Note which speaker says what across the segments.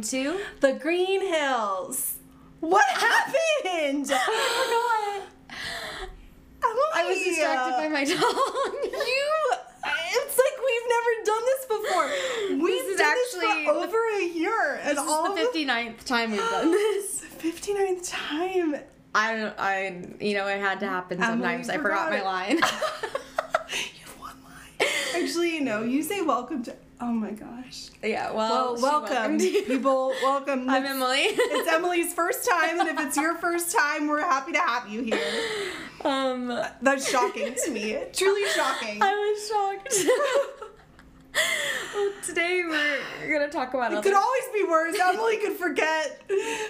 Speaker 1: the Green Hills.
Speaker 2: What happened?
Speaker 1: I forgot.
Speaker 2: I
Speaker 1: Emily,
Speaker 2: was distracted
Speaker 1: uh,
Speaker 2: by my tongue.
Speaker 1: You. It's like we've never done this before. We've
Speaker 2: is
Speaker 1: done this for
Speaker 2: actually the-
Speaker 1: over a year, and
Speaker 2: this
Speaker 1: all
Speaker 2: is the 59th time we've done this.
Speaker 1: 59th time.
Speaker 2: I don't, I, you know, it had to happen
Speaker 1: Emily
Speaker 2: sometimes. I forgot my
Speaker 1: forgot
Speaker 2: line.
Speaker 1: You've won mine. Actually, no. You say welcome to. Oh my gosh. Oh,
Speaker 2: yeah, well,
Speaker 1: Well,
Speaker 2: she
Speaker 1: welcome,
Speaker 2: welcomed you.
Speaker 1: people. Welcome.
Speaker 2: Oh, I'm
Speaker 1: It's-
Speaker 2: Emily.
Speaker 1: It's Emily's first time, and if it's your first time, we're happy to have you here.
Speaker 2: um,
Speaker 1: That's shocking to me. Truly Uh, shocking.
Speaker 2: I was shocked. well, today we're gonna talk about
Speaker 1: It
Speaker 2: other.
Speaker 1: could always be worse. Emily could forget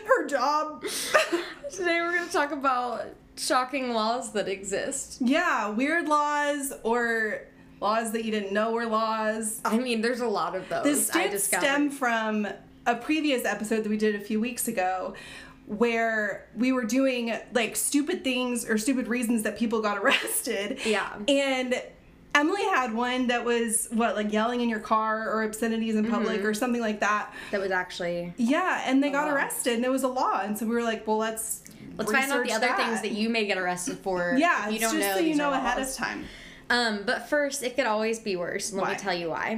Speaker 1: her job.
Speaker 2: today we're gonna talk about shocking laws that exist.
Speaker 1: yeah, weird laws or laws that you didn't know were laws.
Speaker 2: I mean, there's a lot of those.
Speaker 1: This
Speaker 2: I
Speaker 1: did
Speaker 2: discovered.
Speaker 1: stem from a previous episode that we did a few weeks ago where we were doing like stupid things or stupid reasons that people got arrested.
Speaker 2: Yeah.
Speaker 1: And Emily had one that was what, like yelling in your car or obscenities in public or something like that.
Speaker 2: that was actually.
Speaker 1: Yeah, and they got
Speaker 2: law.
Speaker 1: arrested, and it was a law, and so we were like, well, let's
Speaker 2: Oh, Let's find out the
Speaker 1: research
Speaker 2: other things that you may get arrested for.
Speaker 1: yeah,
Speaker 2: if you
Speaker 1: it's
Speaker 2: don't
Speaker 1: just
Speaker 2: know.
Speaker 1: so you
Speaker 2: these are
Speaker 1: know ahead
Speaker 2: laws.
Speaker 1: of time.
Speaker 2: Um, but first, it could always be worse. and Let
Speaker 1: Why?
Speaker 2: me tell you why.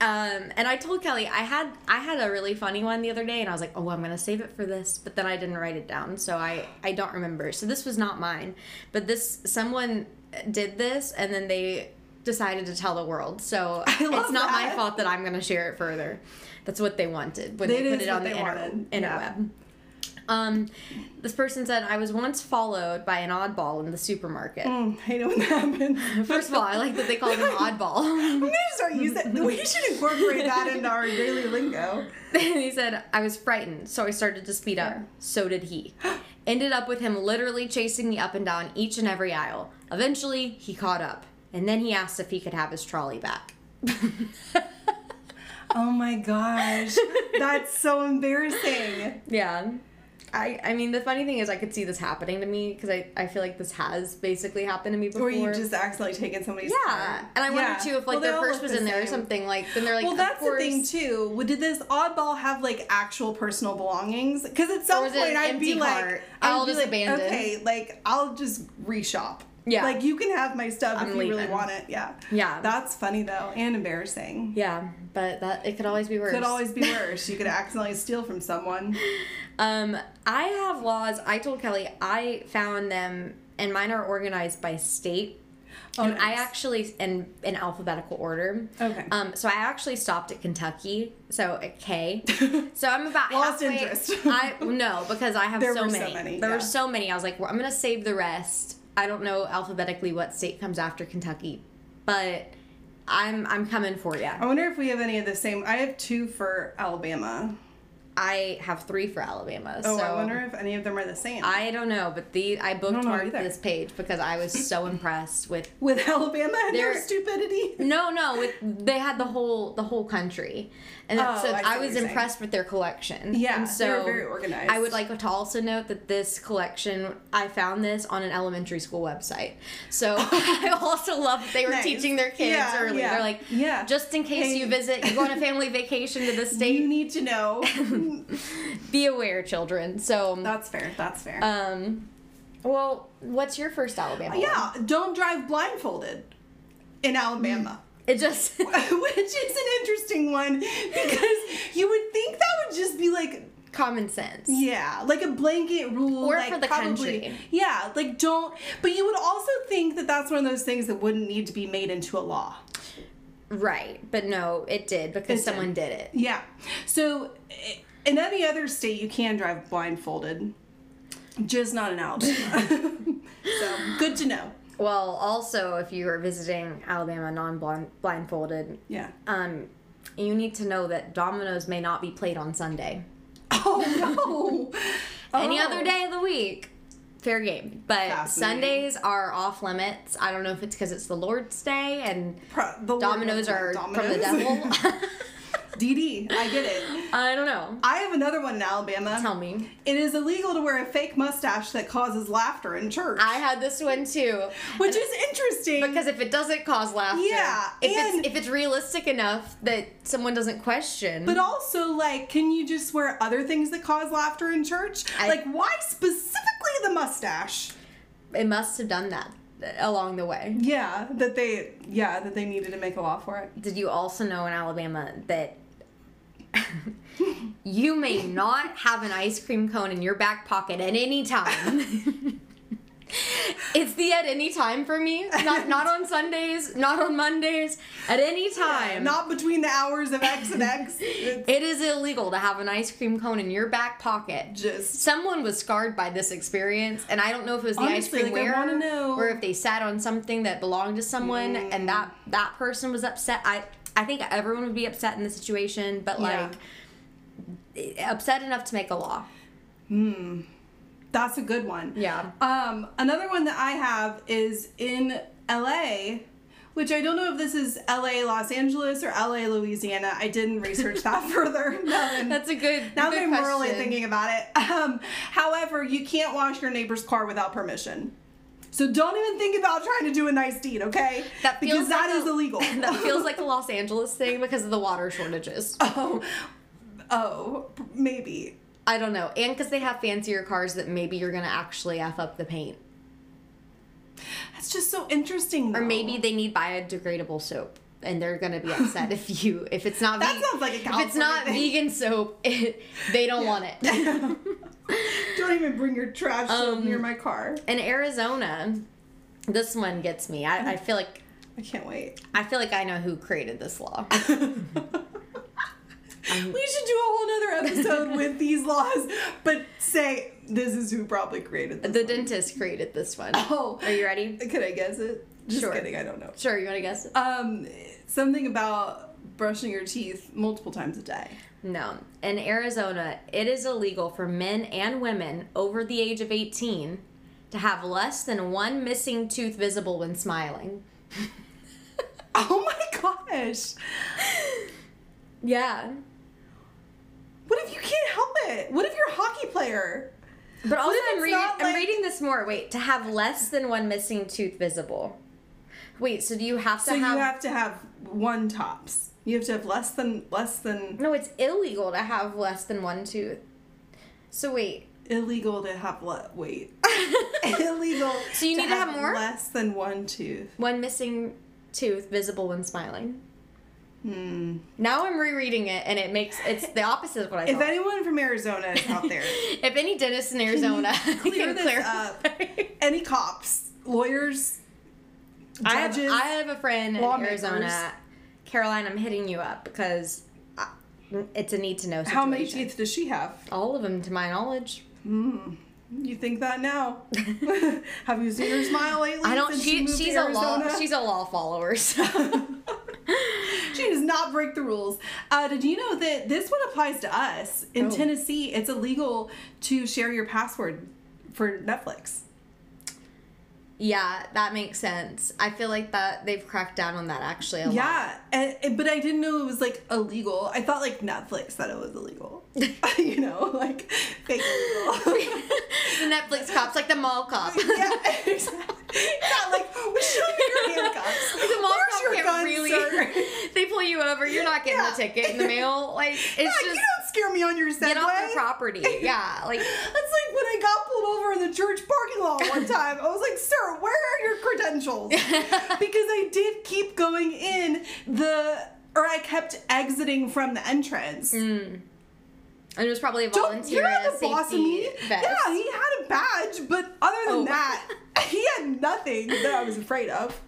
Speaker 2: Um, and I told Kelly I had I had a really funny one the other day, and I was like, "Oh, I'm gonna save it for this," but then I didn't write it down, so I I don't remember. So this was not mine, but this someone did this, and then they decided to tell the world. So it's
Speaker 1: love
Speaker 2: not my
Speaker 1: that.
Speaker 2: fault that I'm gonna share it further. That's what they wanted when
Speaker 1: It
Speaker 2: they put
Speaker 1: is
Speaker 2: it on
Speaker 1: what
Speaker 2: the
Speaker 1: they
Speaker 2: inter-
Speaker 1: wanted.
Speaker 2: interweb.
Speaker 1: Yeah.
Speaker 2: Um, this person said I was once followed by an oddball in the supermarket.
Speaker 1: Mm, I know when that happens.
Speaker 2: First of all, I like that they called him
Speaker 1: I'm
Speaker 2: Oddball.
Speaker 1: gonna start using that. We should incorporate that into our daily lingo.
Speaker 2: he said, I was frightened, so I started to speed up. So did he. Ended up with him literally chasing me up and down each and every aisle. Eventually, he caught up, and then he asked if he could have his trolley back.
Speaker 1: Oh my gosh, that's so embarrassing.
Speaker 2: Yeah. I, I mean, the funny thing is, I could see this happening to me because I, I feel like this has basically happened to me before.
Speaker 1: Or you just accidentally taking somebody's
Speaker 2: yeah.
Speaker 1: car.
Speaker 2: And I
Speaker 1: Yeah.
Speaker 2: wonder too if like
Speaker 1: Well, they
Speaker 2: their
Speaker 1: all
Speaker 2: purse
Speaker 1: look
Speaker 2: was
Speaker 1: the
Speaker 2: in there or
Speaker 1: same.
Speaker 2: something. Like, then they're like,
Speaker 1: well,
Speaker 2: of
Speaker 1: that's the
Speaker 2: course.
Speaker 1: thing too. Well, Did this oddball have like actual personal belongings? Because at some
Speaker 2: was it
Speaker 1: point
Speaker 2: an
Speaker 1: I'd be
Speaker 2: empty
Speaker 1: like,
Speaker 2: cart?
Speaker 1: I'd
Speaker 2: I'll
Speaker 1: be
Speaker 2: just
Speaker 1: like,
Speaker 2: abandon.
Speaker 1: Okay, like I'll just reshop.
Speaker 2: Yeah.
Speaker 1: like you can have my stuff
Speaker 2: I'm
Speaker 1: if you really
Speaker 2: leaving.
Speaker 1: want it. Yeah,
Speaker 2: Yeah.
Speaker 1: That's funny though and embarrassing.
Speaker 2: Yeah, but that it could always be worse.
Speaker 1: Could always be worse. You could accidentally steal from someone.
Speaker 2: Um, I have laws. I told Kelly I found them, and mine are organized by state.
Speaker 1: Oh,
Speaker 2: and I
Speaker 1: nice.
Speaker 2: actually in in alphabetical order.
Speaker 1: Okay.
Speaker 2: Um, so I actually stopped at Kentucky, so at K. So I'm about
Speaker 1: Lost
Speaker 2: halfway-
Speaker 1: interest.
Speaker 2: I no, because I have
Speaker 1: There
Speaker 2: so,
Speaker 1: were so
Speaker 2: many.
Speaker 1: many,
Speaker 2: There
Speaker 1: yeah.
Speaker 2: were so many. I was like, well, I'm gonna save the rest. I don't know alphabetically what state comes after Kentucky, but I'm I'm coming for you.
Speaker 1: I wonder if we have any of the same. I have two for Alabama.
Speaker 2: I have three for Alabama.
Speaker 1: Oh,
Speaker 2: so
Speaker 1: I wonder if any of them are the same.
Speaker 2: I don't know, but the I
Speaker 1: know
Speaker 2: bookmarked
Speaker 1: either.
Speaker 2: this page because I was so impressed with
Speaker 1: With Alabama and their
Speaker 2: They're-
Speaker 1: stupidity.
Speaker 2: no, no, with they had the whole the whole country, and
Speaker 1: Oh,
Speaker 2: so
Speaker 1: I see
Speaker 2: I,
Speaker 1: what
Speaker 2: was
Speaker 1: you're saying.
Speaker 2: impressed with their collection.
Speaker 1: Yeah,
Speaker 2: and so
Speaker 1: they were very organized.
Speaker 2: I would like to also note that this collection I found this on an elementary school website, so I also love that they were
Speaker 1: Nice.
Speaker 2: teaching their kids
Speaker 1: Yeah,
Speaker 2: early.
Speaker 1: yeah,
Speaker 2: They're like,
Speaker 1: yeah.
Speaker 2: just in case
Speaker 1: Hey.
Speaker 2: you visit, you go on a family vacation to the
Speaker 1: You
Speaker 2: state,
Speaker 1: need to know.
Speaker 2: be aware, children. So,
Speaker 1: That's fair. That's fair.
Speaker 2: um, well, what's your first Alabama? one?
Speaker 1: Yeah, don't drive blindfolded in Alabama.
Speaker 2: it just.
Speaker 1: Which is an interesting one because you would think that would just be like,
Speaker 2: common sense.
Speaker 1: yeah, like a blanket rule.
Speaker 2: Or
Speaker 1: like
Speaker 2: for the
Speaker 1: probably,
Speaker 2: country.
Speaker 1: Yeah, like don't. But you would also think that that's one of those things that wouldn't need to be made into a law.
Speaker 2: Right. But no, it did because
Speaker 1: It
Speaker 2: someone did it.
Speaker 1: Yeah. So i- in any other state, you can drive blindfolded, just not in Alabama. so good to know.
Speaker 2: Well, also, if you are visiting Alabama non blindfolded,
Speaker 1: Yeah.
Speaker 2: um, you need to know that dominoes may not be played on Sunday.
Speaker 1: Oh no.
Speaker 2: Any
Speaker 1: Oh.
Speaker 2: other day of the week, fair game. But
Speaker 1: Fascinating.
Speaker 2: Sundays are off limits. I don't know if it's because it's the Lord's Day and
Speaker 1: Pro- the Lord
Speaker 2: dominoes
Speaker 1: knows
Speaker 2: are
Speaker 1: what
Speaker 2: from the
Speaker 1: dominoes.
Speaker 2: devil.
Speaker 1: DD. I get it.
Speaker 2: I don't know.
Speaker 1: I have another one in Alabama.
Speaker 2: Tell me.
Speaker 1: It is illegal to wear a fake mustache that causes laughter in church,
Speaker 2: I had this one too.
Speaker 1: which is interesting.
Speaker 2: Because if it doesn't cause laughter,
Speaker 1: Yeah,
Speaker 2: if
Speaker 1: and-
Speaker 2: it's if it's realistic enough that someone doesn't question,
Speaker 1: but also, like, can you just wear other things that cause laughter in church?
Speaker 2: I-
Speaker 1: like, why specifically the mustache?
Speaker 2: it must have done that along the way.
Speaker 1: Yeah, that they yeah that they needed to make a law for it.
Speaker 2: Did you also know in Alabama that you may not have an ice cream cone in your back pocket at any time? it's the at any time for me. Not not on Sundays, not on Mondays, at any time.
Speaker 1: Not between the hours of X and X. It's
Speaker 2: it is illegal to have an ice cream cone in your back pocket.
Speaker 1: just
Speaker 2: Someone was scarred by this experience, and I don't know if it was the ice
Speaker 1: Honestly,
Speaker 2: cream
Speaker 1: like, I
Speaker 2: wearer,
Speaker 1: wanna know. Mm-hmm.
Speaker 2: or if they sat on something that belonged to someone, and that that person was upset. I I think everyone would be upset in the situation, but
Speaker 1: Yeah.
Speaker 2: like upset enough to make a law.
Speaker 1: that's a good one.
Speaker 2: Yeah.
Speaker 1: Um, another one that I have is in LA, which I don't know if this is LA Los Angeles or LA Louisiana. I didn't research that further. Now that-
Speaker 2: That's a good.
Speaker 1: now
Speaker 2: good
Speaker 1: that I'm really
Speaker 2: question.
Speaker 1: thinking about it. Um, however, you can't wash your neighbor's car without permission. So don't even think about trying to do a nice deed, okay?
Speaker 2: That feels
Speaker 1: because that
Speaker 2: like
Speaker 1: is
Speaker 2: a-
Speaker 1: illegal.
Speaker 2: that feels like a Los Angeles thing because of the water shortages.
Speaker 1: Oh, oh, maybe.
Speaker 2: I don't know, and because they have fancier cars that maybe you're gonna actually f up the paint,
Speaker 1: That's just so interesting.
Speaker 2: or
Speaker 1: though.
Speaker 2: maybe they need biodegradable soap. And they're gonna be upset if you if it's not
Speaker 1: that
Speaker 2: ve-
Speaker 1: sounds like a
Speaker 2: If it's not
Speaker 1: California
Speaker 2: vegan soap, it, they don't want it.
Speaker 1: thing. Don't even bring your trash
Speaker 2: Um,
Speaker 1: near my car.
Speaker 2: In Arizona, this one gets me. I, I feel like
Speaker 1: I can't wait.
Speaker 2: I feel like I know who created this law.
Speaker 1: we should do a whole nother episode with these laws, but say this is who probably created this.
Speaker 2: The
Speaker 1: one.
Speaker 2: dentist created this one.
Speaker 1: Oh.
Speaker 2: Are you ready?
Speaker 1: Could I guess it? Just
Speaker 2: Sure.
Speaker 1: kidding. I don't know.
Speaker 2: Sure, you want to guess?
Speaker 1: Um, something about brushing your teeth multiple times a day.
Speaker 2: No. In Arizona, it is illegal for men and women over the age of 18 to have less than one missing tooth visible when smiling.
Speaker 1: Oh my gosh!
Speaker 2: Yeah.
Speaker 1: What if you can't help it? What if you're a hockey player?
Speaker 2: But also,
Speaker 1: if
Speaker 2: I'm
Speaker 1: it's
Speaker 2: reading,
Speaker 1: not,
Speaker 2: I'm
Speaker 1: like-
Speaker 2: reading this more. Wait, to have less than one missing tooth visible. Wait, so do you have to
Speaker 1: So
Speaker 2: have,
Speaker 1: you have to have one tops. You have to have less than less than
Speaker 2: No, it's illegal to have less than one tooth. So wait.
Speaker 1: illegal to have le- wait. illegal.
Speaker 2: So you need to have more? Oh.
Speaker 1: Less than one tooth.
Speaker 2: One missing tooth visible when smiling. Hmm. Now I'm rereading it and it makes it's the opposite of what I
Speaker 1: If
Speaker 2: thought.
Speaker 1: anyone from Arizona is out there,
Speaker 2: if any dentist in Arizona can,
Speaker 1: clear this
Speaker 2: clarify.
Speaker 1: any cops, lawyers,
Speaker 2: I have,
Speaker 1: judges,
Speaker 2: I have a friend in
Speaker 1: lawmakers.
Speaker 2: Arizona. Caroline, I'm hitting you up because I, it's a need to know situation.
Speaker 1: how many teeth does she have?
Speaker 2: All of them, to my knowledge.
Speaker 1: You think that now? have you seen her smile lately?
Speaker 2: I don't.
Speaker 1: since
Speaker 2: She,
Speaker 1: moved to
Speaker 2: she's a law.
Speaker 1: Arizona?
Speaker 2: She's a law follower. So.
Speaker 1: She does not break the rules. Uh, did you know that this one applies to us in
Speaker 2: Oh.
Speaker 1: Tennessee? It's illegal to share your password for Netflix.
Speaker 2: yeah, that makes sense. I feel like that they've cracked down on that actually a lot.
Speaker 1: Yeah, and, and- but I didn't know it was like illegal. I thought like Netflix that it was illegal. you know, like fake illegal.
Speaker 2: the Netflix cops, like the mall cop.
Speaker 1: yeah, exactly. Not like show me your handcuffs.
Speaker 2: The mall
Speaker 1: Where's
Speaker 2: cop
Speaker 1: your
Speaker 2: can't
Speaker 1: gun,
Speaker 2: really.
Speaker 1: sir?
Speaker 2: they pull you over. You're not getting
Speaker 1: Yeah.
Speaker 2: the ticket in the mail. Like it's
Speaker 1: Yeah, you
Speaker 2: just
Speaker 1: don't scare me on your Segway.
Speaker 2: get off the property. Yeah, like
Speaker 1: That's like when I got pulled over in the church parking lot one time. I was like, "Sir, where are your credentials?" because I did keep going in the, or I kept exiting from the entrance.
Speaker 2: Mm, and it was probably a
Speaker 1: Don't
Speaker 2: volunteer
Speaker 1: you're
Speaker 2: in a
Speaker 1: not the
Speaker 2: safety
Speaker 1: boss of me.
Speaker 2: vest.
Speaker 1: Yeah, he had a badge, but other than
Speaker 2: Oh.
Speaker 1: that, he had nothing that I was afraid of.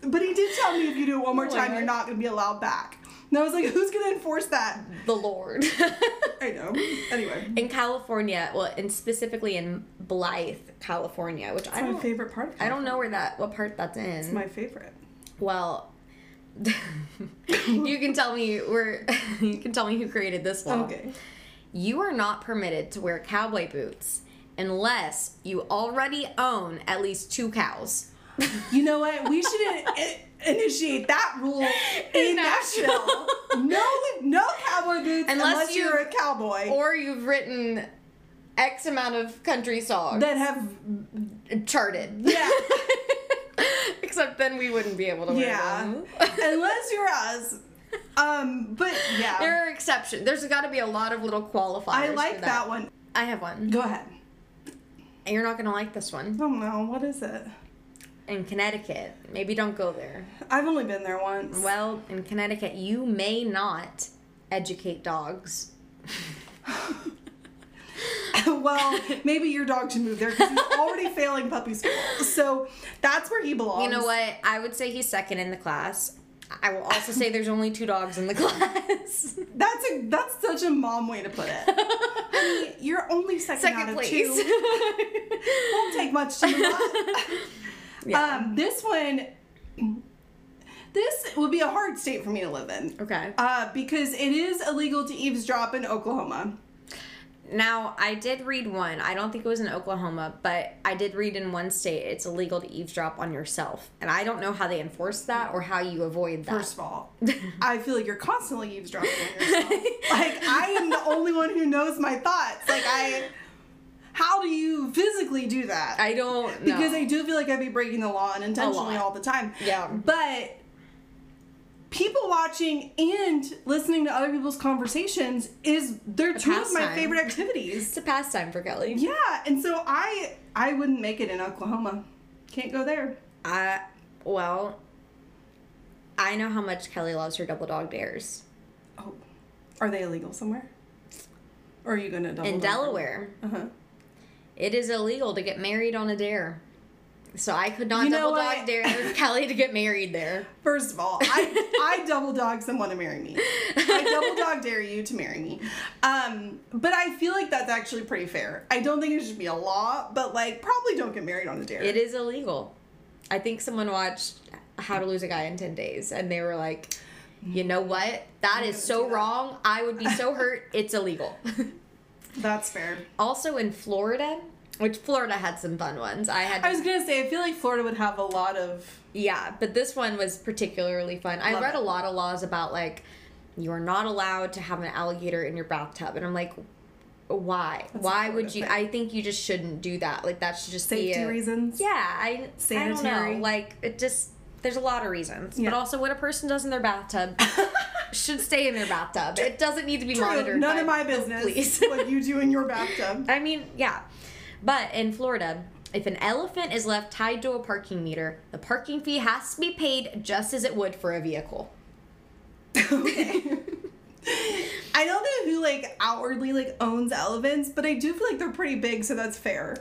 Speaker 1: But he did tell me if you do it one more
Speaker 2: Oh my
Speaker 1: time, you're
Speaker 2: God.
Speaker 1: not going to be allowed back. And I was like, "Who's going to enforce that?"
Speaker 2: the Lord.
Speaker 1: I know. Anyway,
Speaker 2: in California, well, and specifically in Blythe, California, which I
Speaker 1: that's my
Speaker 2: don't,
Speaker 1: favorite part. Of
Speaker 2: I don't know where that, what part that's in.
Speaker 1: It's my favorite.
Speaker 2: well, you can tell me where. you can tell me who created this law.
Speaker 1: Okay.
Speaker 2: You are not permitted to wear cowboy boots unless you already own at least two cows.
Speaker 1: You know what? We should. initiate that rule in,
Speaker 2: In Nashville.
Speaker 1: Nashville. no, no cowboy boots
Speaker 2: Unless
Speaker 1: unless,
Speaker 2: you-
Speaker 1: you're a cowboy
Speaker 2: or you've written X amount of country songs
Speaker 1: that have
Speaker 2: charted.
Speaker 1: Yeah.
Speaker 2: Except then we wouldn't be able to wear
Speaker 1: yeah.
Speaker 2: them.
Speaker 1: unless you're us. Um, but yeah,
Speaker 2: there are exceptions. There's got to be a lot of little qualifiers.
Speaker 1: I
Speaker 2: for
Speaker 1: like that one.
Speaker 2: I have one.
Speaker 1: Go ahead.
Speaker 2: And you're not gonna like this one.
Speaker 1: Oh no, what is it?
Speaker 2: In Connecticut, maybe don't go there.
Speaker 1: I've only been there once.
Speaker 2: Well, in Connecticut, you may not educate dogs.
Speaker 1: well, maybe your dog should move there because he's already failing puppy school. So that's where he belongs.
Speaker 2: You know what? I would say he's second in the class. I will also say there's only two dogs in the class.
Speaker 1: That's a that's such a mom way to put it. You're only second, out
Speaker 2: Second
Speaker 1: of
Speaker 2: place.
Speaker 1: two. Won't take much to move up.
Speaker 2: Yeah.
Speaker 1: Um, this one, this would be a hard state for me to live in.
Speaker 2: okay.
Speaker 1: Uh, because it is illegal to eavesdrop in Oklahoma.
Speaker 2: Now, I did read one. I don't think it was in Oklahoma, but I did read in one state it's illegal to eavesdrop on yourself. And I don't know how they enforce that or how you avoid that.
Speaker 1: First of all, I feel like you're constantly eavesdropping on yourself. like I am the only one who knows my thoughts. Like I, how do you physically do that?
Speaker 2: I don't know.
Speaker 1: because I do feel like I'd be breaking the law unintentionally
Speaker 2: lot.
Speaker 1: all the time.
Speaker 2: Yeah.
Speaker 1: But people watching and listening to other people's conversations is they're two of my
Speaker 2: pastime.
Speaker 1: favorite activities.
Speaker 2: It's a pastime for Kelly.
Speaker 1: yeah, and so I I wouldn't make it in Oklahoma. Can't go there.
Speaker 2: I, well, I know how much Kelly loves her double dog dares.
Speaker 1: Oh, are they illegal somewhere? Or are you gonna double
Speaker 2: In Delaware,
Speaker 1: Uh huh.
Speaker 2: it is illegal to get married on a dare. So I could not
Speaker 1: You know
Speaker 2: double
Speaker 1: what?
Speaker 2: dog dare Kelly to get married there.
Speaker 1: First of all, I, I double dog someone to marry me. I double dog dare you to marry me. Um, but I feel like that's actually pretty fair. I don't think it should be a law, but like probably don't get married on a dare.
Speaker 2: It is illegal. I think someone watched How to Lose a Guy in 10 Days and they were like, you know what? That is so
Speaker 1: do that.
Speaker 2: wrong. I would be so hurt. It's illegal.
Speaker 1: That's fair.
Speaker 2: also in Florida, which Florida had some fun ones. I had,
Speaker 1: I was gonna say I feel like Florida would have a lot of
Speaker 2: yeah, but this one was particularly fun. I
Speaker 1: Love
Speaker 2: read
Speaker 1: it.
Speaker 2: a lot of laws about like, you are not allowed to have an alligator in your bathtub. And I'm like, why?
Speaker 1: That's a
Speaker 2: why would
Speaker 1: Florida
Speaker 2: you?
Speaker 1: thing.
Speaker 2: I think you just shouldn't do that. Like, that should just be
Speaker 1: safety
Speaker 2: a-
Speaker 1: reasons.
Speaker 2: Yeah, I, I don't
Speaker 1: Sanitary.
Speaker 2: know. Like it just there's a lot of reasons.
Speaker 1: Yeah.
Speaker 2: But also what a person does in their bathtub should stay in their bathtub. It doesn't need to be
Speaker 1: True,
Speaker 2: monitored.
Speaker 1: none
Speaker 2: by-
Speaker 1: of my business
Speaker 2: police.
Speaker 1: what you do in your bathtub.
Speaker 2: I mean, yeah. But in Florida, if an elephant is left tied to a parking meter, the parking fee has to be paid just as it would for a vehicle.
Speaker 1: okay. I don't know who like outwardly like owns elephants, but I do feel like they're pretty big, so that's fair.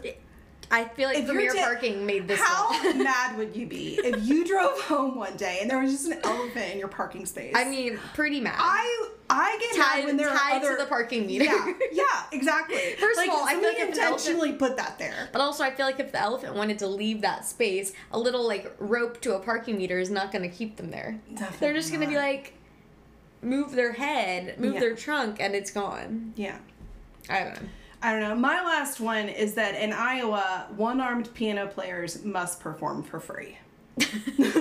Speaker 2: I feel like
Speaker 1: If
Speaker 2: Premier
Speaker 1: you're ta-
Speaker 2: Parking made this
Speaker 1: How
Speaker 2: law.
Speaker 1: mad would you be if you drove home one day and there was just an elephant in your parking space?
Speaker 2: I mean, pretty mad.
Speaker 1: I I get
Speaker 2: tied
Speaker 1: mad when there
Speaker 2: tied
Speaker 1: are other
Speaker 2: to the parking meter.
Speaker 1: yeah, yeah, exactly.
Speaker 2: First of all, I feel
Speaker 1: somebody
Speaker 2: like if an
Speaker 1: intentionally put that there.
Speaker 2: But also, I feel like if the elephant wanted to leave that space, a little like rope to a parking meter is not going to keep them there.
Speaker 1: Definitely
Speaker 2: They're just going to be
Speaker 1: not.
Speaker 2: like, move their head, move
Speaker 1: Yeah.
Speaker 2: their trunk, and it's gone.
Speaker 1: Yeah.
Speaker 2: I don't know.
Speaker 1: I don't know. My last one is that in Iowa, one armed piano players must perform for free.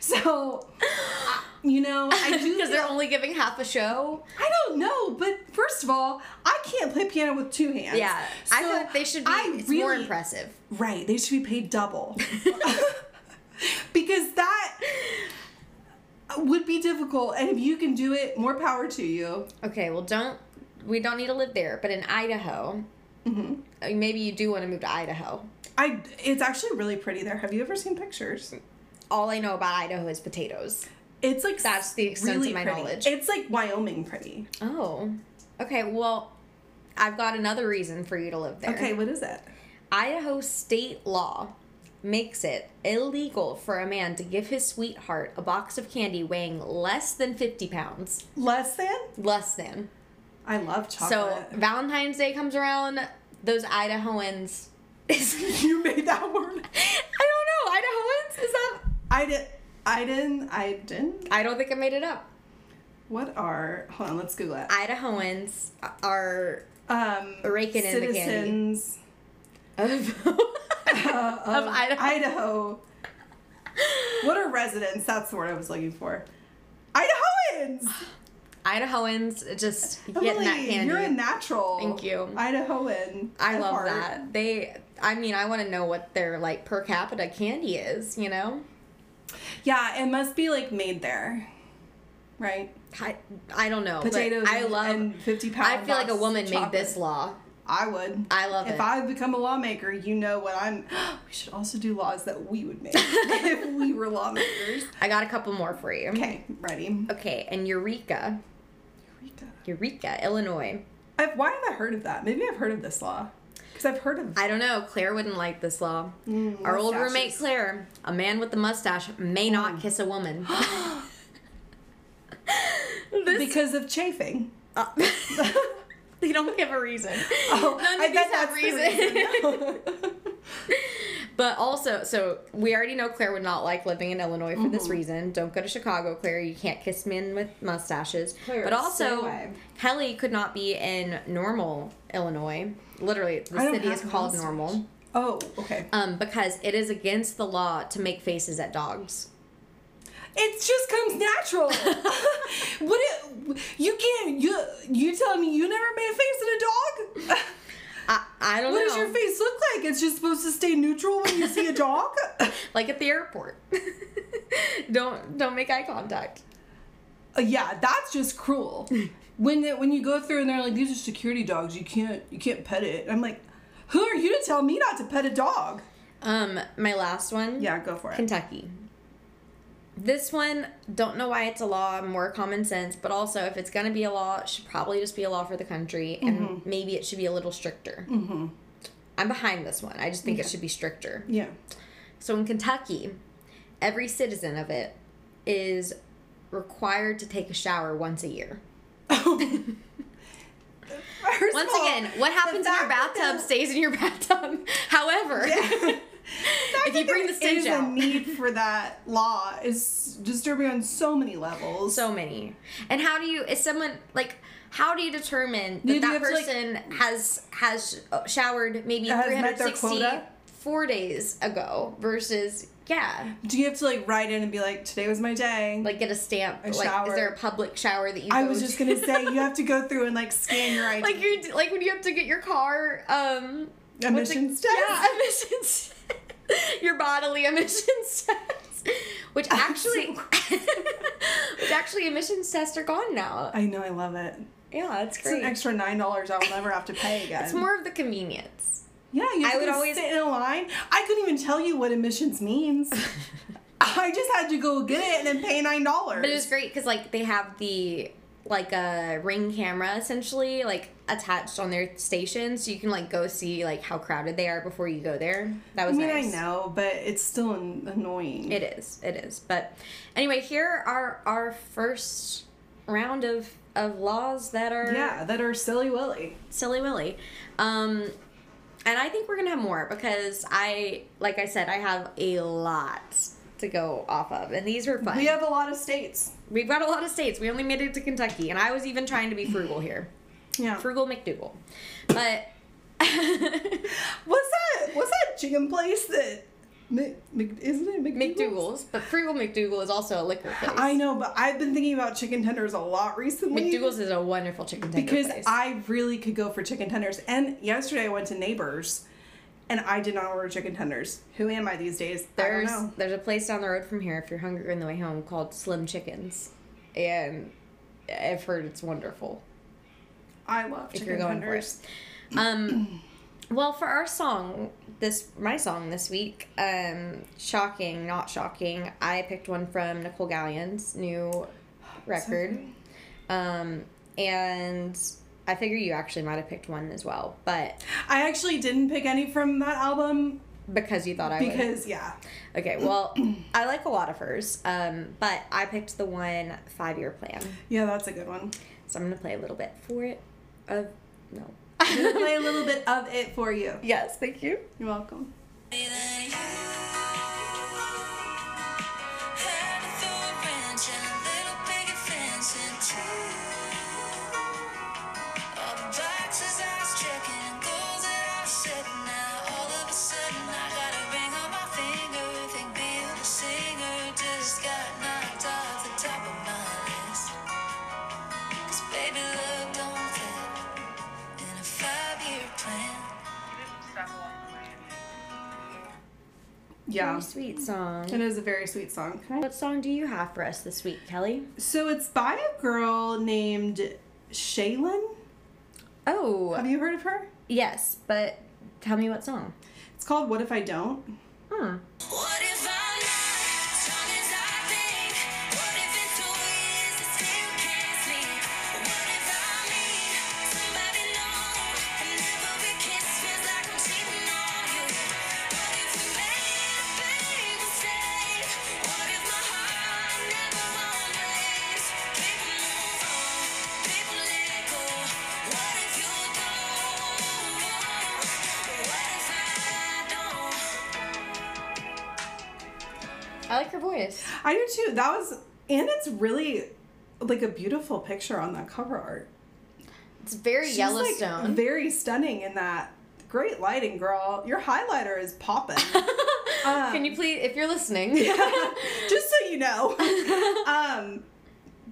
Speaker 1: so, I- you know, I do.
Speaker 2: Because they're
Speaker 1: feel-
Speaker 2: only giving half a show.
Speaker 1: I don't know, but first of all, I can't play piano with two hands.
Speaker 2: Yeah. I feel like they should be
Speaker 1: I
Speaker 2: it's more
Speaker 1: really-
Speaker 2: impressive.
Speaker 1: Right, they should be paid double. because that would be difficult, and if you can do it, more power to you.
Speaker 2: Okay, well, don't. We don't need to live there, but in Idaho,
Speaker 1: Mm-hmm.
Speaker 2: I mean, maybe you do want to move to Idaho.
Speaker 1: I it's actually really pretty there. Have you ever seen pictures?
Speaker 2: All I know about Idaho is potatoes.
Speaker 1: It's like
Speaker 2: That's the extent of my
Speaker 1: pretty.
Speaker 2: knowledge.
Speaker 1: It's like Wyoming pretty.
Speaker 2: Oh. Okay, well, I've got another reason for you to live there.
Speaker 1: Okay, what is it?
Speaker 2: Idaho state law makes it illegal for a man to give his sweetheart a box of candy weighing less than 50 pounds.
Speaker 1: Less than?
Speaker 2: Less than.
Speaker 1: I love chocolate.
Speaker 2: So Valentine's Day comes around, those Idahoans. I
Speaker 1: you made that word.
Speaker 2: don't know. Idahoans? Is that.
Speaker 1: I did. I didn't. I didn't.
Speaker 2: I don't think I made it up.
Speaker 1: What are? Hold on. Let's Google it.
Speaker 2: Idahoans are
Speaker 1: Um,
Speaker 2: Raking in the candy.
Speaker 1: citizens
Speaker 2: of,
Speaker 1: uh, of
Speaker 2: Idaho.
Speaker 1: Idaho. What are residents? That's the word I was looking for. Idahoans.
Speaker 2: Idahoans just getting that
Speaker 1: Emily,
Speaker 2: candy.
Speaker 1: you're a natural.
Speaker 2: Thank you.
Speaker 1: Idahoan.
Speaker 2: I
Speaker 1: at
Speaker 2: love
Speaker 1: heart.
Speaker 2: that. They I mean, I want to know what their like per capita candy is, you know?
Speaker 1: Yeah, it must be like made there, right?
Speaker 2: I, I don't know. but
Speaker 1: Potatoes.
Speaker 2: I
Speaker 1: and-
Speaker 2: love
Speaker 1: and fifty pounds.
Speaker 2: I feel like a woman made this law.
Speaker 1: I would.
Speaker 2: I love
Speaker 1: if
Speaker 2: it.
Speaker 1: I become a lawmaker, you know what I'm. We should also do laws that we would make if we were lawmakers.
Speaker 2: I got a couple more for you.
Speaker 1: Okay, ready.
Speaker 2: Okay, and Eureka,
Speaker 1: Eureka.
Speaker 2: Eureka, Illinois.
Speaker 1: I've, why have I heard of that? Maybe I've heard of this law because I've heard of
Speaker 2: I don't know. Claire wouldn't like this law. Our old
Speaker 1: Mm, mustaches. Mm.
Speaker 2: roommate Claire, a man with a mustache may not kiss a woman. this,
Speaker 1: because of chafing.
Speaker 2: uh, they don't give a reason.
Speaker 1: Oh,
Speaker 2: None
Speaker 1: I
Speaker 2: of these
Speaker 1: bet
Speaker 2: have
Speaker 1: that's
Speaker 2: reason.
Speaker 1: the reason.
Speaker 2: But also, so we already know Claire would not like living in Illinois for
Speaker 1: Mm-hmm.
Speaker 2: this reason. Don't go to Chicago, Claire. You can't kiss men with mustaches.
Speaker 1: Claire,
Speaker 2: but also,
Speaker 1: stay away.
Speaker 2: Kelly could not be in normal Illinois. Literally, the
Speaker 1: I don't
Speaker 2: city
Speaker 1: have
Speaker 2: is
Speaker 1: a
Speaker 2: called
Speaker 1: mustache.
Speaker 2: normal
Speaker 1: oh, okay.
Speaker 2: um, because it is against the law to make faces at dogs.
Speaker 1: It just comes natural. what it, you can't you you telling me you never made a face at a dog?
Speaker 2: I, I don't
Speaker 1: What
Speaker 2: know.
Speaker 1: does your face look like? It's just supposed to stay neutral when you see a dog? Uh,
Speaker 2: Like at the airport. don't don't make eye contact.
Speaker 1: Uh, yeah, that's just cruel. When it, when you go through and they're like, these are security dogs, you can't you can't pet it. I'm like, who are you to tell me not to pet a dog?
Speaker 2: Um, my last one.
Speaker 1: Yeah, go for it.
Speaker 2: Kentucky. This one, don't know why it's a law, more common sense, but also if it's gonna be a law, it should probably just be a law for the country, and
Speaker 1: Mm-hmm.
Speaker 2: maybe it should be a little stricter. Mm-hmm. I'm behind this one. I just think it should be stricter.
Speaker 1: yeah.
Speaker 2: So in Kentucky, every citizen of it is required to take a shower once a year.
Speaker 1: First
Speaker 2: Once
Speaker 1: of all,
Speaker 2: again, what happens in your
Speaker 1: fact that
Speaker 2: bathtub stays in your bathtub. However,
Speaker 1: the fact
Speaker 2: if you bring
Speaker 1: that there
Speaker 2: the stench
Speaker 1: is
Speaker 2: out.
Speaker 1: a need for that law is disturbing on so many levels.
Speaker 2: so many. And how do you, is someone like, how do you determine that
Speaker 1: You- you
Speaker 2: that
Speaker 1: have to, like-
Speaker 2: person has has showered maybe
Speaker 1: Has met their
Speaker 2: 364 days ago versus yeah,
Speaker 1: Do you have to like write in and be like, today was my day?
Speaker 2: like get a stamp. like, is
Speaker 1: shower.
Speaker 2: there a public shower that you?
Speaker 1: I
Speaker 2: go
Speaker 1: was
Speaker 2: to?
Speaker 1: just gonna say, you have to go through and like scan your ID.
Speaker 2: like you like when you have to get your car um what's it-
Speaker 1: Emissions test.
Speaker 2: yeah emissions your bodily emissions test which actually which actually emissions tests are gone now
Speaker 1: I know, I love it.
Speaker 2: yeah it's
Speaker 1: It's an
Speaker 2: great it's,
Speaker 1: extra nine dollars I'll never have to pay again.
Speaker 2: more of the convenience
Speaker 1: yeah, you
Speaker 2: I
Speaker 1: have
Speaker 2: would
Speaker 1: to
Speaker 2: always-
Speaker 1: sit in a line. I couldn't even tell you what emissions means. I just had to go get it and then pay nine dollars.
Speaker 2: but it was great because like they have the like a ring camera essentially like attached on their station so you can like go see like how crowded they are before you go there that
Speaker 1: I
Speaker 2: was
Speaker 1: mean,
Speaker 2: nice
Speaker 1: I know, but it's still an- annoying.
Speaker 2: It is. It is. But anyway, here are our first round of of laws that are
Speaker 1: yeah, that are silly willy.
Speaker 2: silly willy. Um and I think we're going to have more because I like I said I have a lot to go off of and these were fun.
Speaker 1: We have a lot of states.
Speaker 2: We've got a lot of states. We only made it to Kentucky and I was even trying to be frugal here.
Speaker 1: Yeah.
Speaker 2: Frugal McDougal. But
Speaker 1: What's that? What's that chicken place that? Mc, Mc, isn't it
Speaker 2: McDougal's, but Frugal McDougal is also a liquor place.
Speaker 1: I know, but I've been thinking about chicken tenders a lot recently.
Speaker 2: McDougal's is a wonderful chicken tender
Speaker 1: because
Speaker 2: place.
Speaker 1: I really could go for chicken tenders. And yesterday I went to Neighbors, and I did not order chicken tenders. Who am I these days?
Speaker 2: There's
Speaker 1: I don't know.
Speaker 2: there's a place down the road from here if you're hungry on the way home called Slim Chickens, and I've heard it's wonderful.
Speaker 1: I love
Speaker 2: If
Speaker 1: chicken
Speaker 2: you're going
Speaker 1: tenders.
Speaker 2: for it. Um, well, for our song this my song this week, um, shocking not shocking, I picked one from Nicole Gallian's new record, um, and I figure you actually might have picked one as well, but
Speaker 1: I actually didn't pick any from that album
Speaker 2: because you thought I would.
Speaker 1: because yeah,
Speaker 2: Okay, well, I like a lot of hers, um, but I picked the one five year plan.
Speaker 1: yeah, that's a good one.
Speaker 2: So I'm gonna play a little bit for it. Of no.
Speaker 1: I'm gonna play a little bit of it for you.
Speaker 2: yes, thank you.
Speaker 1: You're welcome.
Speaker 3: Now all of a sudden I got a ring on my finger, think being a singer
Speaker 1: Yeah.
Speaker 2: Very sweet song.
Speaker 1: It is a very sweet song.
Speaker 2: What song do you have for us this week, Kelly?
Speaker 1: So it's by a girl named Shaylin. Have
Speaker 2: Oh,
Speaker 1: you heard of her?
Speaker 2: yes, but tell me what song.
Speaker 1: It's called What If I Don't.
Speaker 2: Hmm.
Speaker 3: What if I'm not strong as I think? What if in two years I still can't sleep? What if I meet somebody new and never we kiss feels like I'm cheating on you? What if we made a big mistake? What if my heart never won't race? People move on, people let go. What if you don't? What if I don't?
Speaker 2: I like her voice.
Speaker 1: I do too. That was, and it's really like a beautiful picture on that cover art.
Speaker 2: It's very
Speaker 1: She's, like,
Speaker 2: Yellowstone.
Speaker 1: very stunning in that. Great lighting, girl. Your highlighter is popping. Ah.
Speaker 2: Can you please, if you're listening?
Speaker 1: Just so you know. Um,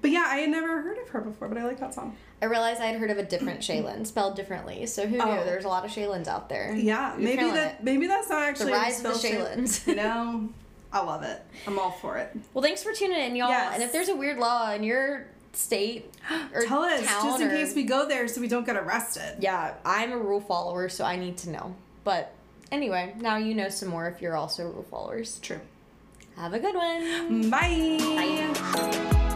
Speaker 1: but yeah, I had never heard of her before, but I like that song.
Speaker 2: I realized I had heard of a different Shaylin, spelled differently. So who knew?
Speaker 1: Oh.
Speaker 2: There's a lot of Shaylins out there.
Speaker 1: Yeah,
Speaker 2: You're
Speaker 1: maybe
Speaker 2: killing
Speaker 1: that
Speaker 2: it.
Speaker 1: maybe that's not actually
Speaker 2: rise of the
Speaker 1: spelled
Speaker 2: Shalins.
Speaker 1: Shal- no, I love it. I'm all for it.
Speaker 2: Well, thanks for tuning in, y'all.
Speaker 1: Yes.
Speaker 2: And if there's a weird law in your state or
Speaker 1: Tell us
Speaker 2: town
Speaker 1: just in
Speaker 2: or-
Speaker 1: case we go there so we don't get arrested.
Speaker 2: Yeah, I'm a rule follower, so I need to know. But anyway, now you know some more if you're also rule followers.
Speaker 1: True.
Speaker 2: Have a good one.
Speaker 1: Bye.